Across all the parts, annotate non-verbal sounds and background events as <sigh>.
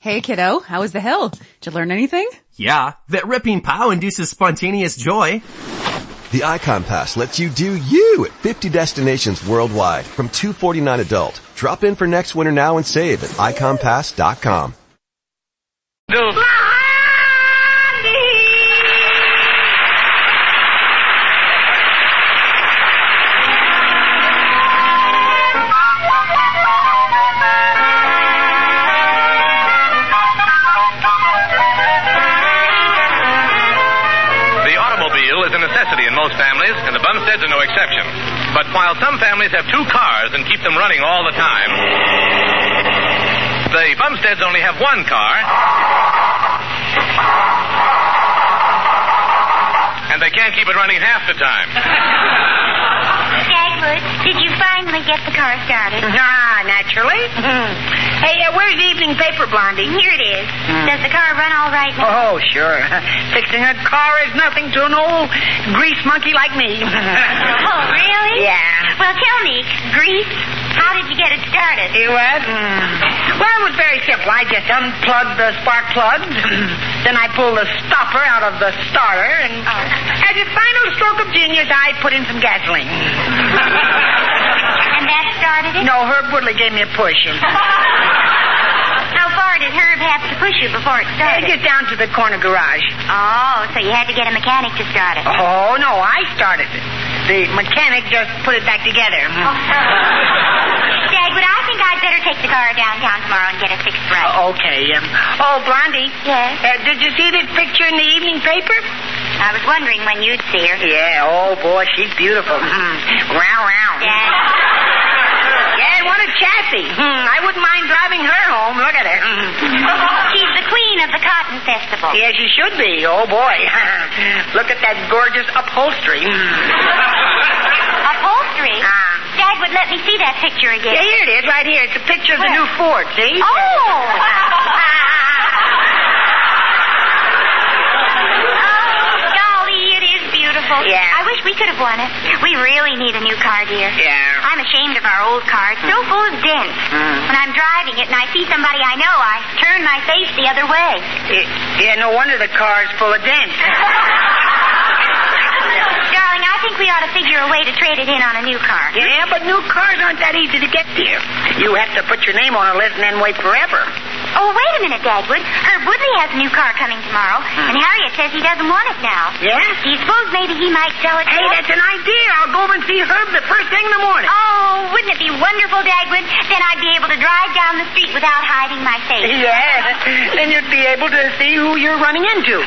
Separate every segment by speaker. Speaker 1: Hey kiddo. How was the hill? Did you learn anything?
Speaker 2: Yeah, that ripping pow induces spontaneous joy.
Speaker 3: The Icon Pass lets you do you at 50 destinations worldwide from 249 adult. Drop in for next winter now and save at iconpass.com.
Speaker 4: The automobile is a necessity in most families, and the Bumsteads are no exception. But while some families have two cars and keep them running all the time, the Bumsteads only have one car. And they can't keep it running half the time.
Speaker 5: Dagwood, did you finally get the car started?
Speaker 6: <laughs>
Speaker 5: Mm-hmm.
Speaker 6: Ah, naturally. hey, uh, where's the evening paper, Blondie? Mm.
Speaker 5: Here it is. Does the car run all right now?
Speaker 6: Oh, sure. <laughs> Fixing a car is nothing to an old grease monkey like me.
Speaker 5: Oh, really?
Speaker 6: Yeah.
Speaker 5: Well, tell me, Grease, how did you get it started?
Speaker 6: You what? Well, it was very simple. I just unplugged the spark plug, <clears throat> then I pulled the stopper out of the starter, and
Speaker 5: Oh.
Speaker 6: as a final stroke of genius, I put in some gasoline.
Speaker 5: <laughs> And that started it?
Speaker 6: no, Herb Woodley gave me a
Speaker 5: <laughs>
Speaker 6: push. And
Speaker 5: How far did Herb have to push you before it
Speaker 6: I
Speaker 5: started?
Speaker 6: get down to the corner garage.
Speaker 5: Oh, so you had to get a mechanic to start it.
Speaker 6: Oh, no, I started it. The mechanic just put it back
Speaker 5: <laughs>
Speaker 6: together.
Speaker 5: Dagwood, I think I'd better take the car downtown tomorrow and get it fixed right.
Speaker 6: Okay. Um, oh, Blondie.
Speaker 5: Yes?
Speaker 6: Uh, did you see that picture in the evening paper?
Speaker 5: I was wondering when you'd see her. Mm-hmm.
Speaker 6: Yeah. Oh boy, she's beautiful. Mm. <laughs> Wow, wow.
Speaker 5: Dad.
Speaker 6: Yeah, and what a chassis.
Speaker 5: Mm-hmm.
Speaker 6: Mm, I wouldn't mind driving her home. Look at her. Mm.
Speaker 5: Mm-hmm. She's the queen of the cotton festival.
Speaker 6: yeah, she should be. Oh boy. <laughs> Look at that gorgeous upholstery. Mm.
Speaker 5: <laughs> Upholstery.
Speaker 6: Ah.
Speaker 5: Dad would let me see that picture again.
Speaker 6: Yeah, here it is, right here. It's a picture of the new Ford, see?
Speaker 5: Oh! oh,
Speaker 6: <laughs>
Speaker 5: golly, it is beautiful.
Speaker 6: Yeah.
Speaker 5: I wish we could have won it. We really need a new car, dear.
Speaker 6: <laughs> Yeah. Mm.
Speaker 5: I'm ashamed of our old car. It's so full of dents. When I'm driving it and I see somebody I know, I turn my face the other way.
Speaker 6: <laughs> Yeah, yeah, no wonder the car's full of dents.
Speaker 5: <laughs> Darling, I think we ought to figure a way to trade it in on a new car.
Speaker 6: Yeah, but new cars aren't that easy to get dear. You have to put your name on a list and then wait forever.
Speaker 5: Oh, wait a minute, Dagwood. Herb Woodley has a new car coming tomorrow,
Speaker 6: Mm.
Speaker 5: and Harriet says he doesn't want it now.
Speaker 6: Yeah?
Speaker 5: Do you suppose maybe he might sell it to
Speaker 6: Hey,
Speaker 5: us?
Speaker 6: that's an idea. I'll go over and see Herb the first thing in the morning.
Speaker 5: Oh, wouldn't it be wonderful, Dagwood? Then I'd be able to drive down the street without hiding my face.
Speaker 6: Yeah. Then you'd be able to see who you're running into.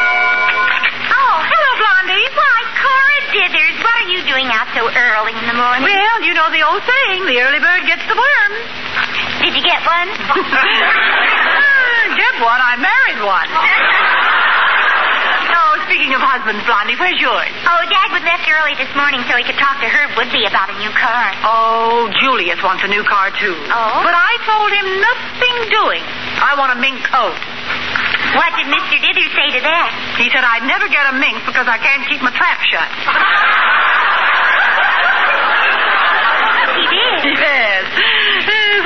Speaker 5: Oh, hello, Blondie. Why, Cora Dithers, what are you doing out so early in the morning?
Speaker 6: Well, you know the old saying, the early bird gets the worm. <laughs>
Speaker 5: Did you get one?
Speaker 6: Ah, Did one, I married one. <laughs> Oh, speaking of husbands, Blondie, where's yours?
Speaker 5: oh, Dagwood left early this morning so he could talk to Herb Woodley about a new car.
Speaker 6: Oh, Julius wants a new car, too.
Speaker 5: Oh?
Speaker 6: But I told him nothing doing. I want a mink coat.
Speaker 5: What did Mr. Dithers say to that?
Speaker 6: He said I'd never get a mink because I can't keep my trap shut.
Speaker 5: He did.
Speaker 6: Yes. Yes,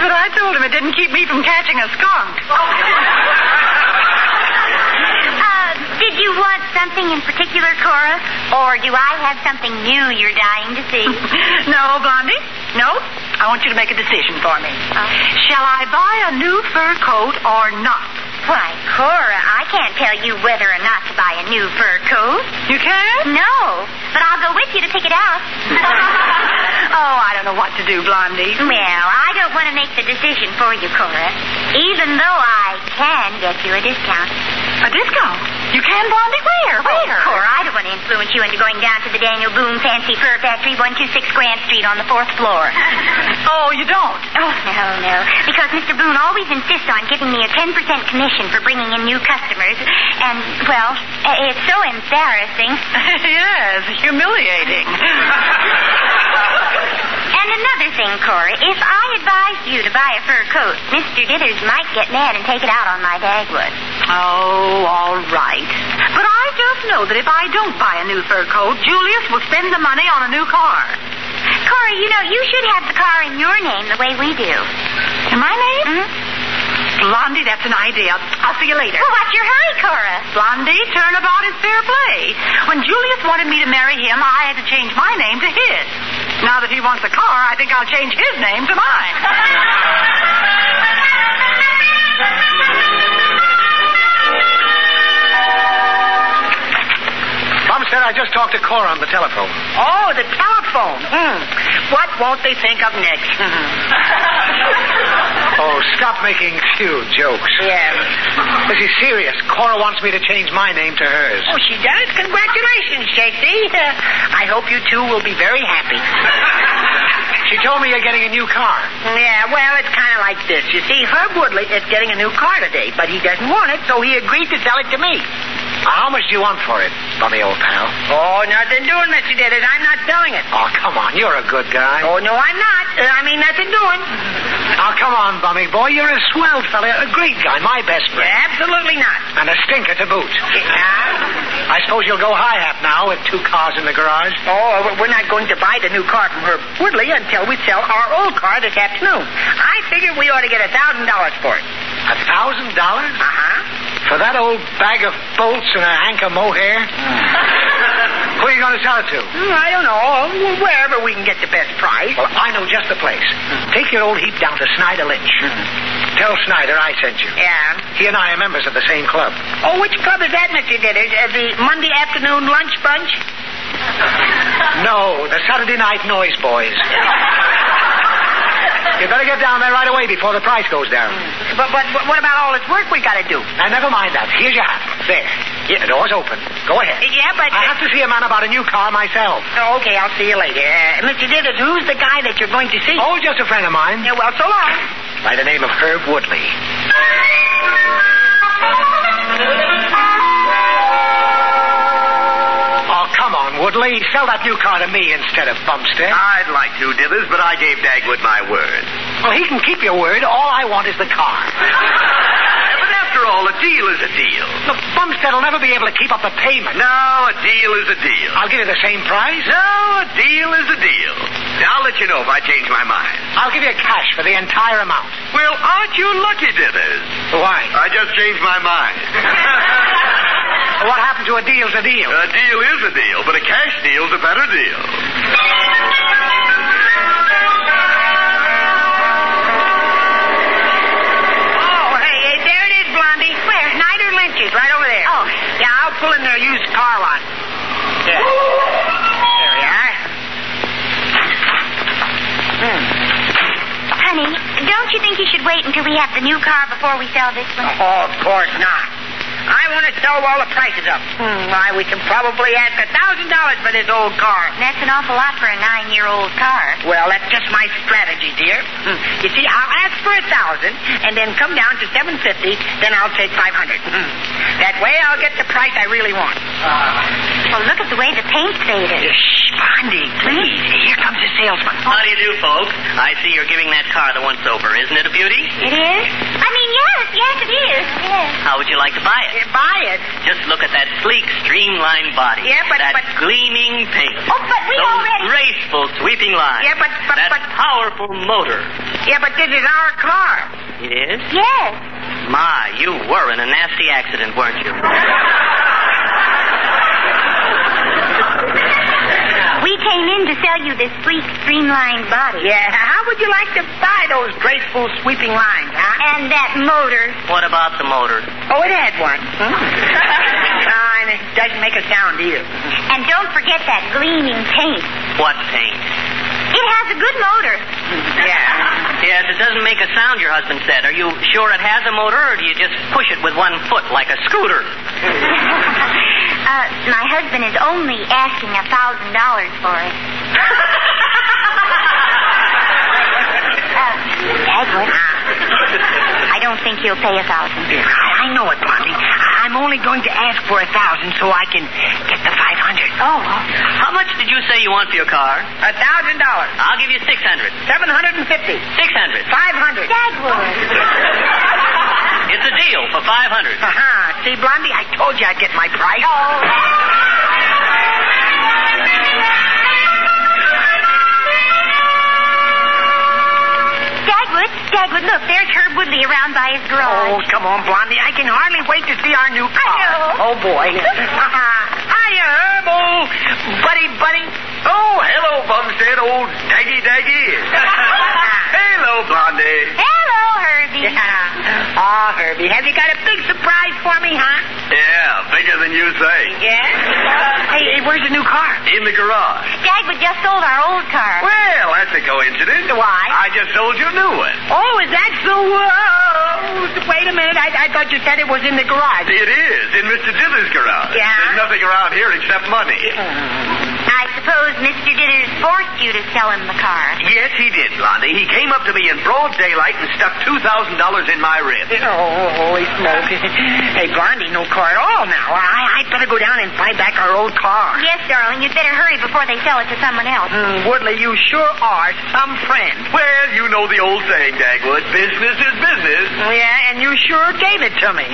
Speaker 6: But I told him it didn't keep me from catching a
Speaker 5: <laughs>
Speaker 6: skunk.
Speaker 5: Uh, did you want something in particular, Cora? Or do I have something new you're dying to see?
Speaker 6: no, Blondie. No. I want you to make a decision for me. <laughs>
Speaker 5: Uh.
Speaker 6: Shall I buy a new fur coat or not?
Speaker 5: Why, Cora, I can't tell you whether or not to buy a new fur coat.
Speaker 6: You can?
Speaker 5: No, but I'll go with you to pick it <laughs> out.
Speaker 6: <laughs> oh, I don't know what to do, Blondie.
Speaker 5: well, I don't want to make the decision for you, Cora. Even though I can get you a discount.
Speaker 6: A discount?
Speaker 5: You can, Blondie? Where? Where? Oh, Cora, I don't want to influence you into going down to the Daniel Boone Fancy Fur Factory, 126 Grand Street on the fourth floor.
Speaker 6: Oh, you don't?
Speaker 5: Oh, no, no. Because Mr. Boone always insists on giving me a 10% commission for bringing in new customers. And, well, eh, it's so embarrassing.
Speaker 6: yes, humiliating.
Speaker 5: <laughs> And another thing, Cora, if I advised you to buy a fur coat, Mr. Dithers might get mad and take it out on my Dagwood.
Speaker 6: oh, all right. But I just know that if I don't buy a new fur coat, Julius will spend the money on a new car.
Speaker 5: Cora, you know, you should have the car in your name the way we do.
Speaker 6: In my name?
Speaker 5: Hmm?
Speaker 6: Blondie, that's an idea. I'll see you later.
Speaker 5: Well, what's your hurry, Cora?
Speaker 6: Blondie, turnabout is fair play. When Julius wanted me to marry him, I had to change my name to his. Now that he wants a car, I think I'll change his name to mine.
Speaker 5: <laughs>
Speaker 7: Bumstead, I just talked to Cora on the telephone.
Speaker 6: Oh, the telephone. Hmm. What won't they think of next?
Speaker 4: Mm-hmm.
Speaker 6: <laughs>
Speaker 7: Oh, stop making few jokes.
Speaker 6: yes.
Speaker 7: This is serious. Cora wants me to change my name to hers.
Speaker 6: Oh, she does. Congratulations, JC. Uh, <laughs> I hope you two will be very happy.
Speaker 7: She told me you're getting a new car.
Speaker 6: Yeah, well, it's kind of like this. You see, Herb Woodley is getting a new car today, but he doesn't want it, so he agreed to sell it to me.
Speaker 7: How much do you want for it, Bummy old pal?
Speaker 6: Oh, nothing doing, Mr. Dillard. I'm not selling it.
Speaker 7: Oh, come on. You're a good guy.
Speaker 6: Oh, no, I'm not. Uh, I mean, nothing doing.
Speaker 7: Now, come on, Bummy boy. You're a swell fella, a great guy, my best friend.
Speaker 6: Absolutely not.
Speaker 7: And a stinker to boot.
Speaker 6: Yeah.
Speaker 7: I suppose you'll go high-hat now with two cars in the garage.
Speaker 6: Oh, we- we're not going to buy the new car from Herb Woodley until we sell our old car this afternoon. I figure we ought to get a thousand dollars for it. Uh-huh.
Speaker 7: A thousand dollars?
Speaker 6: huh.
Speaker 7: For that old bag of bolts and a hank of mohair? <laughs> Who are you going to sell it to?
Speaker 6: Hmm, I don't know. Wherever we can get the best price. Hmm.
Speaker 7: Well, I know just the place. Take your old heap down to Snyder Lynch. Tell Snyder I sent you.
Speaker 6: Yeah.
Speaker 7: He and I are members of the same club.
Speaker 6: Oh, which club is that, Mr. Dillard? Uh, the Monday afternoon lunch bunch?
Speaker 7: No, the Saturday Night Noise
Speaker 6: <laughs>
Speaker 7: Boys. you better get down there right away before the price goes down.
Speaker 6: But, but but what about all this work we got to do?
Speaker 7: Now, never mind that. Here's your hat. There. Yeah, the door's open. Go ahead.
Speaker 6: Yeah, but.
Speaker 7: I have to see a man about a new car myself.
Speaker 6: Oh, okay, I'll see you later. Uh, Mr. Dillard, who's the guy that you're going to see?
Speaker 7: Oh, just a friend of mine.
Speaker 6: Yeah, well, so long.
Speaker 7: By the name of Herb Woodley. Oh, come on, Woodley. Sell that new car to me instead of Bumstead.
Speaker 6: Uh.
Speaker 8: I'd like to, Dithers, but I gave Dagwood my word.
Speaker 7: Well, he can keep your word. All I want is the
Speaker 6: <laughs>
Speaker 7: car.
Speaker 8: But after all, a deal is a deal.
Speaker 7: Look, Bumstead will never be able to keep up the payment.
Speaker 8: No, a deal is a deal.
Speaker 7: I'll give you the same price.
Speaker 8: No, a deal is a deal. Now I'll let you know if I change my mind.
Speaker 7: I'll give you cash for the entire amount.
Speaker 8: Well, aren't you lucky, Dithers?
Speaker 7: Why?
Speaker 8: I just changed my mind.
Speaker 7: <laughs>
Speaker 4: <laughs>
Speaker 7: What happened to a deal's a deal?
Speaker 4: Uh,
Speaker 8: a deal is a deal, but a cash deal's a better deal.
Speaker 6: Oh, hey, hey, there it is, Blondie. Where? Snyder Lynch is right over there.
Speaker 5: Oh.
Speaker 6: Yeah, I'll pull in their used car lot.
Speaker 7: Yeah.
Speaker 6: There we are.
Speaker 5: Honey, don't you think you should wait until we have the new car before we sell this one?
Speaker 6: Oh, of course not. I want to sell all the prices up. Hmm, why, we can probably ask a thousand dollars for this old car.
Speaker 5: That's an awful lot for a nine-year-old car.
Speaker 6: Well, that's just my strategy, dear. Hmm, You see, I'll ask for a thousand and then come down to seven fifty. Then I'll take five hundred. Hmm. That way, I'll get the price I really want.
Speaker 5: Well, look at the way the paint faded.
Speaker 6: Shh, Blondie, please. Here comes the salesman.
Speaker 9: How do you do, folks? I see you're giving that car the once over. Isn't it a beauty?
Speaker 5: It is? I mean, yes, yes, it is. Yes.
Speaker 9: How would you like to buy it?
Speaker 6: Buy it.
Speaker 9: Just look at that sleek, streamlined body.
Speaker 6: Yeah, but-
Speaker 9: that
Speaker 6: but-
Speaker 9: gleaming paint.
Speaker 5: Oh, but we
Speaker 9: Those
Speaker 5: already-
Speaker 9: graceful, sweeping lines.
Speaker 6: Yeah, but- but-
Speaker 9: that
Speaker 6: but-
Speaker 9: powerful motor.
Speaker 6: Yeah, but this is our car.
Speaker 9: It is.
Speaker 5: Yes.
Speaker 9: My, you were in a nasty accident, weren't
Speaker 6: <laughs>
Speaker 9: you?
Speaker 5: We came in to sell you this sleek, streamlined body.
Speaker 6: Yeah, how would you like to buy those graceful sweeping lines, huh?
Speaker 5: And that motor.
Speaker 9: What about the motor?
Speaker 6: Oh, it had one. Ah, and it doesn't make a sound either.
Speaker 5: And don't forget that gleaming paint.
Speaker 9: What paint?
Speaker 5: It has a good motor.
Speaker 6: Mm, Yeah.
Speaker 9: Yes, it doesn't make a sound, your husband said. Are you sure it has a motor, or do you just push it with one foot like a scooter?
Speaker 5: <laughs> uh, my husband is only asking a thousand dollars for
Speaker 6: <laughs>
Speaker 5: it. uh, Edward,
Speaker 6: Ah.
Speaker 5: I don't think he'll pay a thousand.
Speaker 6: I, I know it, Blondie. I- I'm only going to ask for a thousand so I can get the five hundred.
Speaker 5: Oh,
Speaker 9: How much did you say you want for your car?
Speaker 6: A thousand dollars.
Speaker 9: I'll give you 600.
Speaker 6: Seven hundred and fifty.
Speaker 9: 600.
Speaker 6: Five hundred.
Speaker 5: Edward.
Speaker 9: It's a deal for 500.
Speaker 6: Aha. <laughs> See, Blondie, I told you I'd get my price.
Speaker 9: Oh.
Speaker 5: Dagwood, Dagwood, look, there's Herb Woodley around by his
Speaker 6: Oh,
Speaker 5: garage.
Speaker 6: come on, Blondie. I can hardly wait to see our new car.
Speaker 5: know.
Speaker 6: Oh, boy. <laughs> Hiya, Herb, old buddy, buddy.
Speaker 8: Oh, hello, Bumstead, old daggy daggy.
Speaker 6: <laughs>
Speaker 8: hello, Blondie.
Speaker 5: Hello, Herbie.
Speaker 6: Yeah. Oh, Herbie, have you got a big surprise for me, huh?
Speaker 8: Yeah, bigger than you say.
Speaker 6: Yes. hey, hey, where's the new car?
Speaker 8: In the garage.
Speaker 5: Dagwood just sold our old car.
Speaker 8: Well, that's a coincidence.
Speaker 6: Why?
Speaker 8: I just sold you a new one.
Speaker 6: Oh, is that so? Whoa. Wait a minute. I, I thought you said it was in the garage.
Speaker 8: It is, in Mr. Dither's garage.
Speaker 6: Yeah?
Speaker 8: There's nothing around here except money.
Speaker 5: I suppose Mr. Ditters forced you to sell him the car.
Speaker 8: Yes, he did, Blondie. He came up to me in broad daylight and stuck $2,000 in my rib.
Speaker 6: Oh, holy smoke. <laughs> hey, Blondie, no car at all now. I, I'd better go down and buy back our old car.
Speaker 5: Yes, darling, you'd better hurry before they sell it to someone else.
Speaker 6: Hmm, Woodley, you sure are some friend.
Speaker 8: Well, you know the old saying, Dagwood. Business is business.
Speaker 6: Yeah, and you sure gave it to
Speaker 8: <laughs>
Speaker 6: me.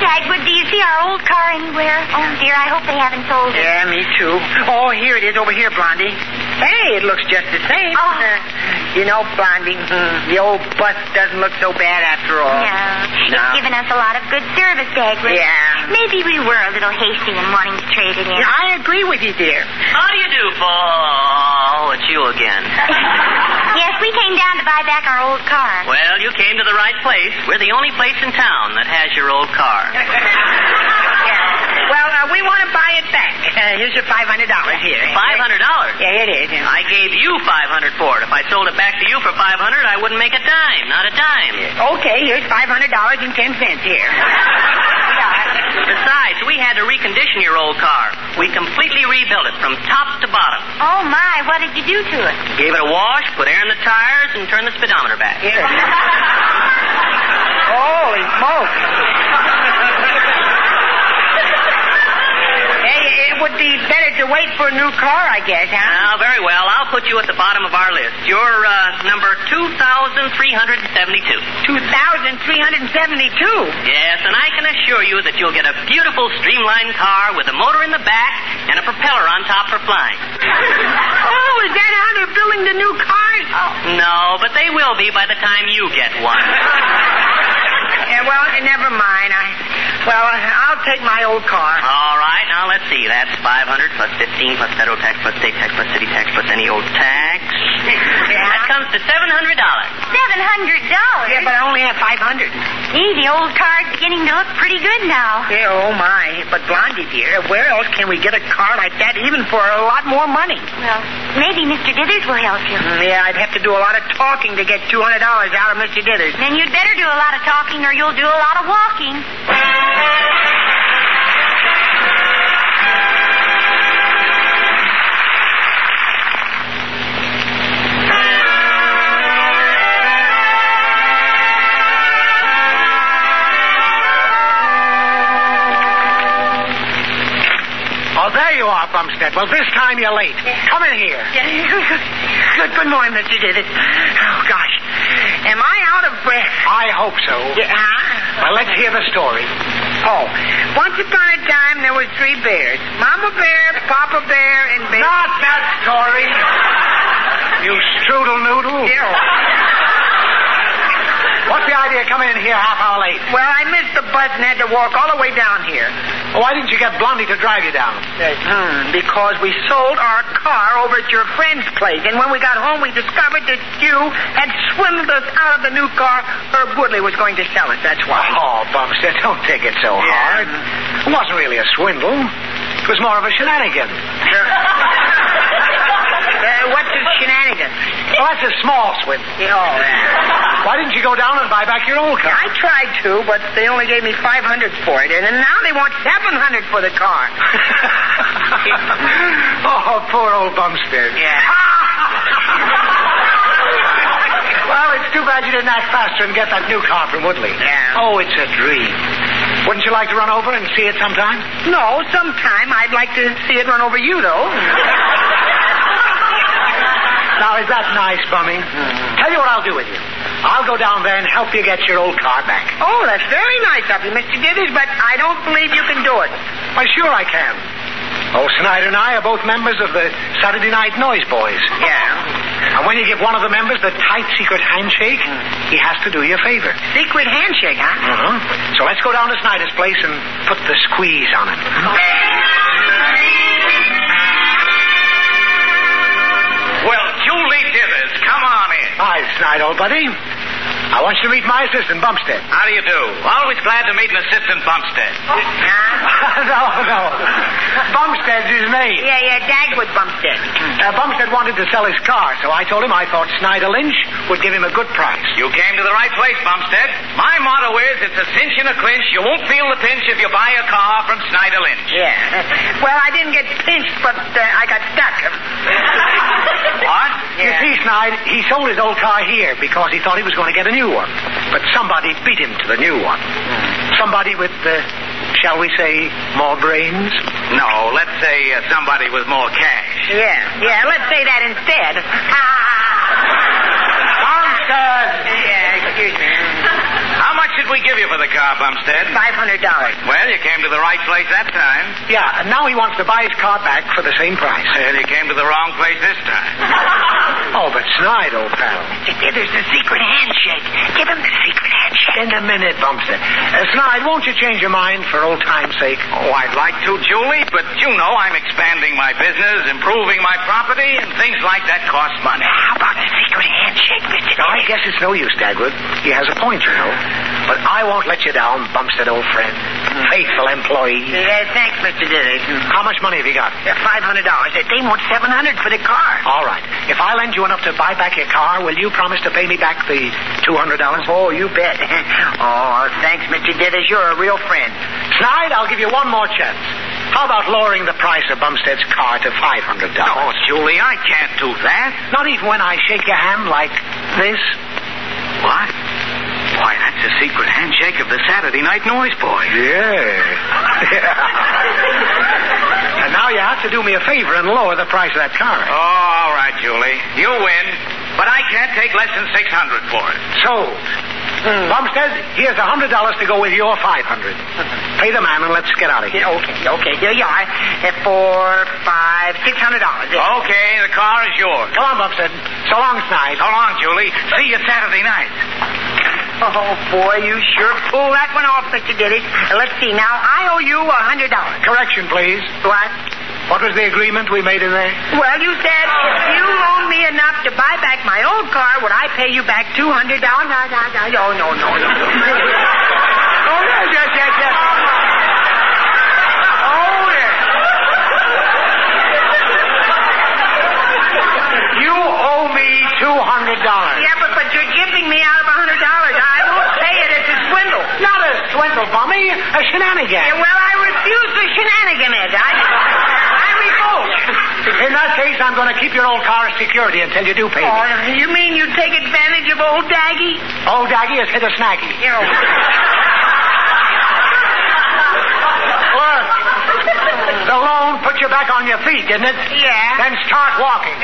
Speaker 5: Dagwood, do you see our old car anywhere? Oh, dear, I hope they haven't sold it.
Speaker 6: yeah, me too. Oh, here it is over here, Blondie. Hey, it looks just the same.
Speaker 5: Oh.
Speaker 6: you know, Blondie, hmm, the old bus doesn't look so bad after all.
Speaker 5: No.
Speaker 6: No.
Speaker 5: It's given us a lot of good service, Dagwood.
Speaker 6: Yeah.
Speaker 5: Maybe we were a little hasty in wanting to trade it in.
Speaker 6: Yeah, I agree with you, dear.
Speaker 9: How do you do, Paul? It's you
Speaker 6: <laughs>
Speaker 9: again.
Speaker 5: <laughs> yes, we came down to buy back our old car.
Speaker 9: Well, you came to the right place. We're the only place in town that has your old
Speaker 6: <laughs>
Speaker 9: car.
Speaker 6: Yeah. Well, uh, we want to buy it back. Uh, here's your $500 here.
Speaker 9: Five hundred dollars.
Speaker 6: Yeah, here it is.
Speaker 9: I gave you five hundred for it. If I sold it back to you for five hundred, I wouldn't make a dime. Not a dime.
Speaker 6: Okay, here's five hundred dollars and ten cents here.
Speaker 9: Besides, we had to recondition your old car. We completely rebuilt it from top to bottom.
Speaker 5: Oh, my, what did you do to it?
Speaker 9: Gave it a wash, put air in the tires, and turned the speedometer back. <laughs>
Speaker 6: Here. Holy smoke! hey, it would be better to wait for a new car, I guess, huh?
Speaker 9: Ah, very well. I'll put you at the bottom of our list. You're uh, number 2,372.
Speaker 6: Two thousand three hundred and seventy-two.
Speaker 9: <laughs> Yes, and I can assure you that you'll get a beautiful streamlined car with a motor in the back and a propeller on top for flying.
Speaker 6: Oh, is that how they're building the new cars?
Speaker 9: Oh. No, but they will be by the time you get one.
Speaker 6: Yeah, well, eh, never mind. I, well, uh, I'll take my old car.
Speaker 9: All right, now let's see. That's 500 plus 15 plus federal tax plus state tax plus city tax plus any old tax. That comes to $700.
Speaker 5: Seven hundred dollars.
Speaker 6: Yeah, but I only have five hundred.
Speaker 5: Gee, the old car's beginning to look <laughs> pretty good now.
Speaker 6: Yeah, oh my. But Blondie, dear, where else can we get a car like that even for a lot more money?
Speaker 5: Well, maybe Mr. Dithers will help you.
Speaker 6: Mm, Yeah, I'd have to do a lot of talking to get $200 out of Mr. Dithers.
Speaker 5: Then you'd better do a lot of talking or you'll do a lot of walking.
Speaker 6: Oh, there you are, Bumstead. Well, <laughs> this time you're late. Come in here. <laughs> good, good morning, Mr. Dithers. Oh, gosh. Am I out of breath? I hope so. Yeah. Well, let's hear the story. Oh, once upon a time there was three bears. Mama bear, Papa bear, and baby. Not that story. you strudel noodle. What's the idea of coming in here half hour late? Well, I missed the bus and had to walk all the way down here. Why didn't you get Blondie to drive you down? because we sold our car over at your friend's place, and when we got home, we discovered that you had swindled us out of the new car. Herb Woodley was going to sell it. That's why.
Speaker 7: Oh, Bumstead, don't take it
Speaker 6: <laughs>
Speaker 7: so hard. It wasn't really a swindle. It was more of a shenanigan.
Speaker 6: Sure. Uh, what's his shenanigans?
Speaker 7: Well, that's a small swindle.
Speaker 6: You know,
Speaker 7: Why didn't you go down and buy back your old car?
Speaker 6: oh, I tried to, but they only gave me 500 for it, and then now they want 700 for the car.
Speaker 7: oh, poor old Bumstead. Well, it's too bad you didn't act faster and get that new car from Woodley.
Speaker 6: Yeah.
Speaker 7: Oh, it's a dream. Wouldn't you like to run over and see it sometime?
Speaker 6: No, sometime I'd like to see it run over you, though.
Speaker 7: Now, is that nice, Bummy?
Speaker 6: Hmm.
Speaker 7: Tell you what I'll do with you. I'll go down there and help you get your old car back.
Speaker 6: Oh, that's very nice of you, Mr. Dithers, but I don't believe you can do it.
Speaker 7: Why, sure I can. Old Snyder and I are both members of the Saturday Night Noise Boys.
Speaker 6: Yeah. Hmm.
Speaker 7: And when you give one of the members the tight secret handshake, he has to do you a favor.
Speaker 6: Secret handshake, huh?
Speaker 7: Uh-huh. So let's go down to Snyder's place and put the squeeze on him.
Speaker 4: Well, Julie Dithers, come on in.
Speaker 7: Hi, Snyder, old buddy. I want you to meet my assistant, Bumstead. <laughs>
Speaker 4: How do you do? Always glad to meet an assistant Bumstead.
Speaker 7: no, no. Bumstead's his name.
Speaker 6: Yeah, yeah, Dagwood bumped it.
Speaker 7: Uh, Bumstead wanted to sell his car, so I told him I thought Snyder Lynch would give him a good price.
Speaker 4: You came to the right place, Bumstead. My motto is it's a cinch and a clinch. You won't feel the pinch if you buy a car from Snyder Lynch.
Speaker 6: Yeah. Well, I didn't get pinched, but uh, I got
Speaker 7: <laughs>
Speaker 6: stuck.
Speaker 4: What?
Speaker 7: You see, Snyder, he sold his old car here because he thought he was going to get a new one. But somebody beat him to the new one. Somebody with, uh, shall we say, more brains?
Speaker 4: No, let's say uh, somebody with more cash.
Speaker 6: Yeah, yeah, let's say that
Speaker 7: <laughs>
Speaker 6: instead.
Speaker 7: Bumstead!
Speaker 6: yeah, excuse me.
Speaker 4: How much did we give you for the car, Bumstead?
Speaker 6: $500.
Speaker 4: Well, you came to the right place that time.
Speaker 7: Yeah, and now he wants to buy his car back for the same price.
Speaker 4: Well, you came to the wrong place this time.
Speaker 7: Oh, but Snyder, old pal.
Speaker 6: There's the secret handshake. Give him the secret handshake.
Speaker 7: In a minute, Bumstead. Uh, Snide, won't you change your mind for old time's sake?
Speaker 4: Oh, I'd like to, Julie, but you know I'm expanding my business, improving my property, and things like that cost money.
Speaker 6: How about the Ah, secret handshake, Mr.
Speaker 7: Now, I guess it's no use, Dagwood. He has a point, you know. But I won't let you down, Bumstead, old friend. Faithful employee.
Speaker 6: Hmm. Yeah, thanks, Mr. Dillard.
Speaker 7: How much money have you got?
Speaker 6: Five hundred dollars. They want seven hundred for the car.
Speaker 7: All right. If I lend you enough to buy back your car, will you promise to pay me back the $200?
Speaker 6: Oh, you bet. <laughs> oh, thanks, Mr. Dithers. You're a real friend.
Speaker 7: Snide, I'll give you one more chance. How about lowering the price of Bumstead's car to $500?
Speaker 4: Oh, Julie, I can't do that.
Speaker 7: Not even when I shake your hand like this?
Speaker 4: What? Why, that's the secret handshake of the Saturday Night Noise Boys.
Speaker 7: Yeah. <laughs> and now you have to do me a favor and lower the price of that car.
Speaker 4: Oh, all right, Julie. You win, but I can't take less than 600 for it.
Speaker 7: Sold.
Speaker 6: Hmm.
Speaker 7: Bumstead, here's a hundred dollars to go with your
Speaker 6: <laughs>
Speaker 7: five hundred. Pay the man and let's get out of here.
Speaker 6: Yeah, okay, okay. Here you are. Uh, Four, five, six hundred dollars.
Speaker 4: Okay, the car is yours.
Speaker 7: Come on, Bumstead. So long, Snide.
Speaker 4: So long, Julie. See you Saturday night.
Speaker 6: Oh, boy, you sure pulled that one off, Mr. Diddy. Uh, Let's see. Now, I owe you a hundred dollars.
Speaker 7: Correction, please.
Speaker 6: What?
Speaker 7: What was the agreement we made in there?
Speaker 6: Well, you said if you loan me enough to buy back my old car, would I pay you back two hundred dollars? No, no, no, no, no, no.
Speaker 7: Oh, yes, yes, yes, yes. Oh, yes. You owe me $200.
Speaker 6: Yeah, but, but you're giving me out of a hundred dollars. I won't pay it. It's a swindle.
Speaker 7: Not a swindle, Bummy. A
Speaker 6: Yeah,
Speaker 7: shenanigan.
Speaker 6: well, I refuse the shenanigan it. I, I revolt.
Speaker 7: In that case, I'm going to keep your old car as security until you do pay me.
Speaker 6: Oh, you mean you take advantage of old Daggy?
Speaker 7: Old Daggy has hit a snaggy.
Speaker 6: You know.
Speaker 7: Look, the loan put you back on your feet, didn't it?
Speaker 6: Yeah.
Speaker 7: Then start walking.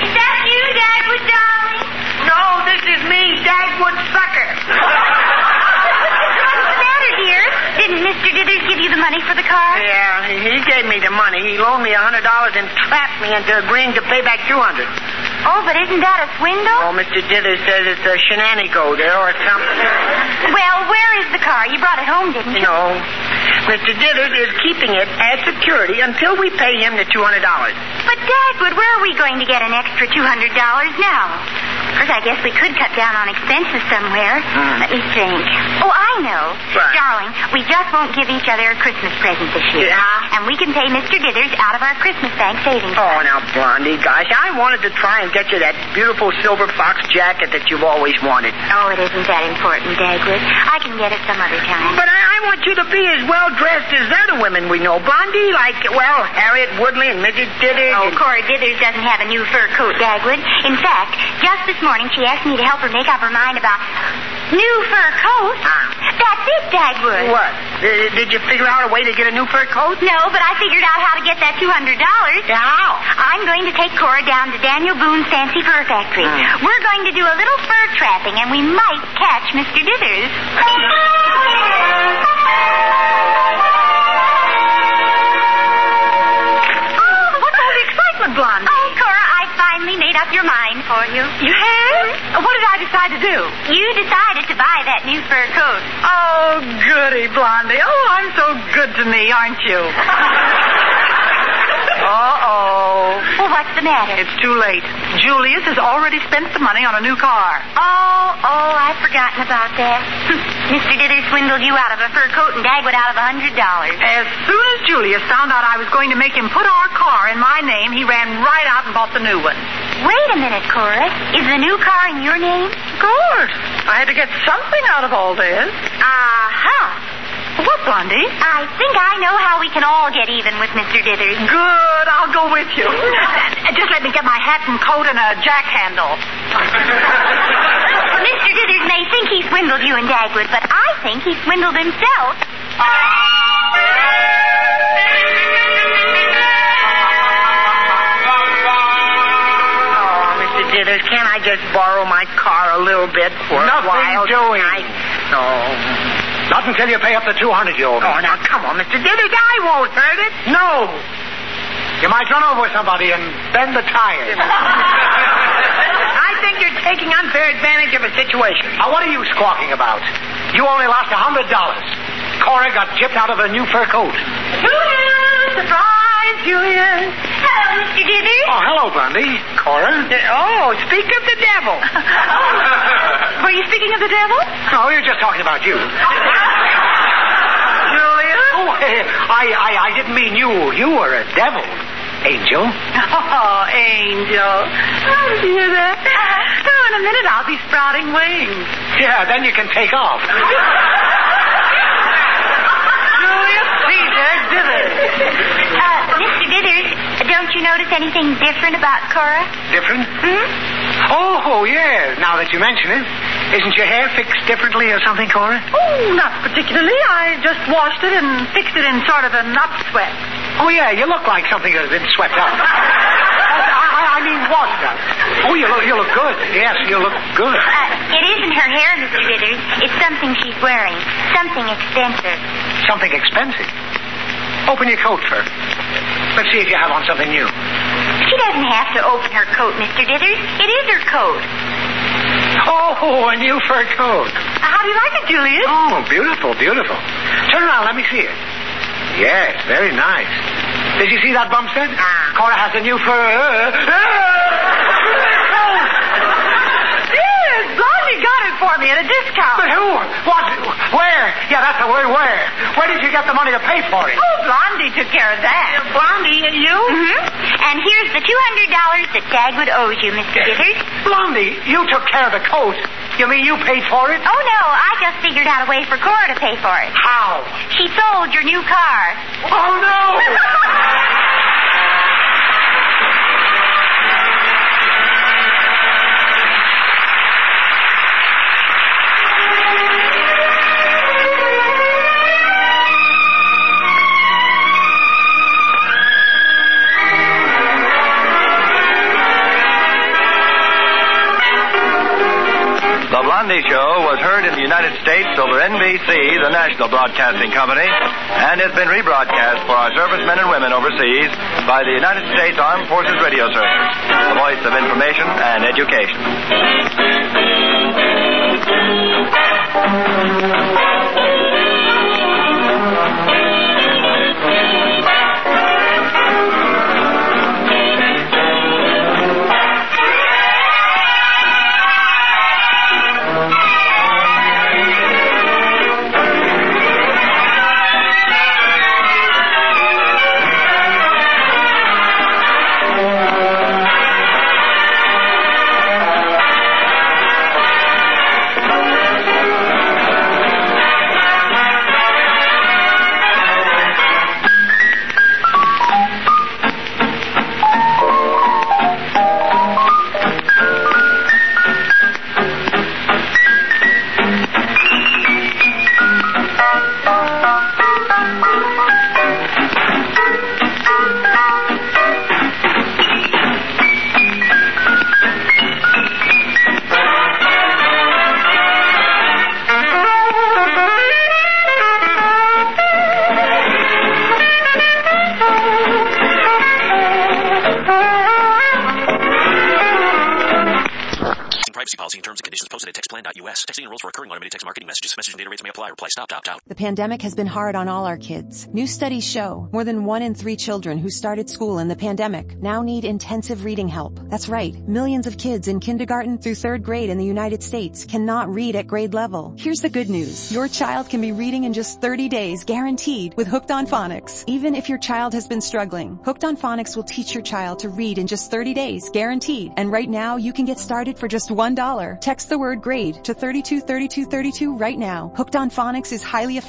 Speaker 5: Is that you, Dagwood, darling?
Speaker 6: No, this is me, Dagwood Sucker.
Speaker 5: What's the matter, dear? Didn't Mr. Dithers give you the money for the car?
Speaker 6: Yeah, he- he gave me the money. He loaned me a hundred dollars and trapped me into agreeing to pay back two hundred.
Speaker 5: Oh, but isn't that a swindle?
Speaker 6: Oh, Mr. Dithers says it's a shenanigo there or something.
Speaker 5: Well, where is the car? You brought it home, didn't you?
Speaker 6: No. Mr. Dithers is keeping it as security until we pay him the two hundred dollars.
Speaker 5: But, Dagwood, where are we going to get an extra $200 now? First, I guess we could cut down on expenses somewhere.
Speaker 8: Hmm.
Speaker 5: Let me think. Oh, I know.
Speaker 8: What?
Speaker 5: Darling, we just won't give each other a Christmas present this year.
Speaker 6: Yeah?
Speaker 5: And we can pay Mr. Dithers out of our Christmas bank savings.
Speaker 6: Oh, now, Blondie, gosh, I wanted to try and get you that beautiful silver fox jacket that you've always wanted.
Speaker 5: Oh, it isn't that important, Dagwood. I can get it some other time.
Speaker 6: But I, I want you to be as well dressed as the other women we know, Blondie, like, well, Harriet Woodley and Mrs. Diddy.
Speaker 5: Oh,
Speaker 6: and-
Speaker 5: Cora Dithers doesn't have a new fur coat, Dagwood. In fact, just this morning she asked me to help her make up her mind about new fur coat.
Speaker 6: Ah.
Speaker 5: That's it, Dagwood.
Speaker 6: What? Uh, did you figure out a way to get a new fur coat?
Speaker 5: No, but I figured out how to get that two hundred dollars.
Speaker 6: How?
Speaker 5: I'm going to take Cora down to Daniel Boone's Fancy Fur Factory.
Speaker 6: Hmm.
Speaker 5: We're going to do a little fur trapping, and we might catch Mr. Dithers.
Speaker 6: Oh, what's all the excitement, Blondie?
Speaker 5: Oh, Cora, I finally made up your mind for you.
Speaker 6: You have? What did I decide to do?
Speaker 5: You decided to buy that new fur coat.
Speaker 6: Oh, goody, Blondie. Oh, I'm so good to me, aren't
Speaker 5: <laughs>
Speaker 6: you? Uh-oh.
Speaker 5: Well, what's the matter?
Speaker 6: It's too late. Julius has already spent the money on a new car.
Speaker 5: Oh, oh, I've forgotten about
Speaker 6: <laughs>
Speaker 5: that. Mr. Dithers swindled you out of a fur coat and Dagwood out of a hundred dollars.
Speaker 6: As soon as Julius found out I was going to make him put our car in my name, he ran right out and bought the new one.
Speaker 5: Wait a minute, Cora. Is the new car in your name?
Speaker 6: Of course. I had to get something out of all this.
Speaker 5: Aha!
Speaker 6: What, Blondie?
Speaker 5: I think I know how we can all get even with Mr. Dithers.
Speaker 6: Good. I'll go with
Speaker 5: <laughs>
Speaker 6: you. Just let me get my hat and coat and a jack <laughs> handle.
Speaker 5: Mr. Dithers may think he swindled you and Dagwood, but I think he swindled himself. Uh,
Speaker 6: Oh, Mr. Dithers, can't I just borrow my car a little bit for a
Speaker 7: Nothing
Speaker 6: while?
Speaker 7: doing.
Speaker 6: I... No.
Speaker 7: Not until you pay up the 200 you owe me.
Speaker 6: Oh, now come on, Mr. Dithers. I won't hurt it.
Speaker 7: No! You might run over somebody and bend the
Speaker 6: <laughs>
Speaker 7: tires.
Speaker 6: I think you're taking unfair advantage of a situation.
Speaker 7: now, what are you squawking about? You only lost $100. Cora got chipped out of her new fur coat.
Speaker 6: Julian! Surprise, Julian!
Speaker 5: Hello, Mr. Dithers.
Speaker 7: Oh, hello, Blondie. Cora?
Speaker 6: Oh, speak of the
Speaker 7: <laughs>
Speaker 6: devil.
Speaker 5: Were you speaking of the devil?
Speaker 7: No, we were just talking about you.
Speaker 6: Julian?
Speaker 7: Oh, I, I, I didn't mean you. You were a devil, Angel.
Speaker 6: <laughs> Oh, Angel. How did you hear that? Oh, in a minute I'll be sprouting wings.
Speaker 7: Yeah, then you can take off.
Speaker 6: Julius Caesar did it. <laughs>
Speaker 5: Uh, Mr. Dithers, don't you notice anything different about Cora?
Speaker 7: Different?
Speaker 5: Hmm?
Speaker 7: Oh, yeah, now that you mention it. Isn't your hair fixed differently or something, Cora?
Speaker 6: Oh, not particularly. I just washed it and fixed it in sort of an up sweat.
Speaker 7: Oh, yeah, you look like something that has been swept
Speaker 6: <laughs>
Speaker 7: up. I, I, I mean, washed up. Oh, you look, you look good. Yes, you look good.
Speaker 5: Uh, it isn't her hair, Mr. Dithers. It's something she's wearing. Something expensive.
Speaker 7: Something expensive. Open your coat first. Let's see if you have on something new.
Speaker 5: She doesn't have to open her coat, Mr. Dithers. It is her coat.
Speaker 7: Oh, a new fur coat.
Speaker 6: How do you like it, Julius?
Speaker 7: Oh, beautiful, beautiful. Turn around, let me see it. Yes, very nice. Did you see that, Bumstead?
Speaker 6: Ah.
Speaker 7: Cora has a new fur.
Speaker 6: Yes, Blondie got it for me at a
Speaker 7: But
Speaker 6: discount.
Speaker 7: who? What? Where? Yeah, that's the word. Where? Where did you get the money to pay for it?
Speaker 6: Oh, Blondie took care of that. Blondie and you?
Speaker 5: hmm And here's the $200 that Dagwood owes you, Mr. Dithers.
Speaker 7: Blondie, you took care of the coat. You mean you paid for it?
Speaker 5: Oh, no. I just figured out a way for Cora to pay for it.
Speaker 7: How?
Speaker 5: She sold your new car.
Speaker 7: Oh no! <laughs>
Speaker 6: Oh.
Speaker 5: <laughs>
Speaker 8: The Blondie Show was heard in the United States over NBC, the national broadcasting company, and has been rebroadcast for our servicemen and women overseas by the United States Armed Forces Radio Service, the voice of information and education.
Speaker 5: Mr.
Speaker 10: privacy policy and terms and conditions posted at textplan.us. Texting enrolls for recurring automated text marketing messages. Message and data rates may apply. Reply stop to opt out.
Speaker 11: The pandemic has been hard on all our kids. New studies show more than one in three children who started school in the pandemic now need intensive reading help. That's right. Millions of kids in kindergarten through third grade in the United States cannot read at grade level. Here's the good news. Your child can be reading in just 30 days guaranteed with Hooked on Phonics. Even if your child has been struggling, Hooked on Phonics will teach your child to read in just 30 days guaranteed. And right now you can get started for just $1. Text the word grade to 323232 right now. Hooked on Phonics is highly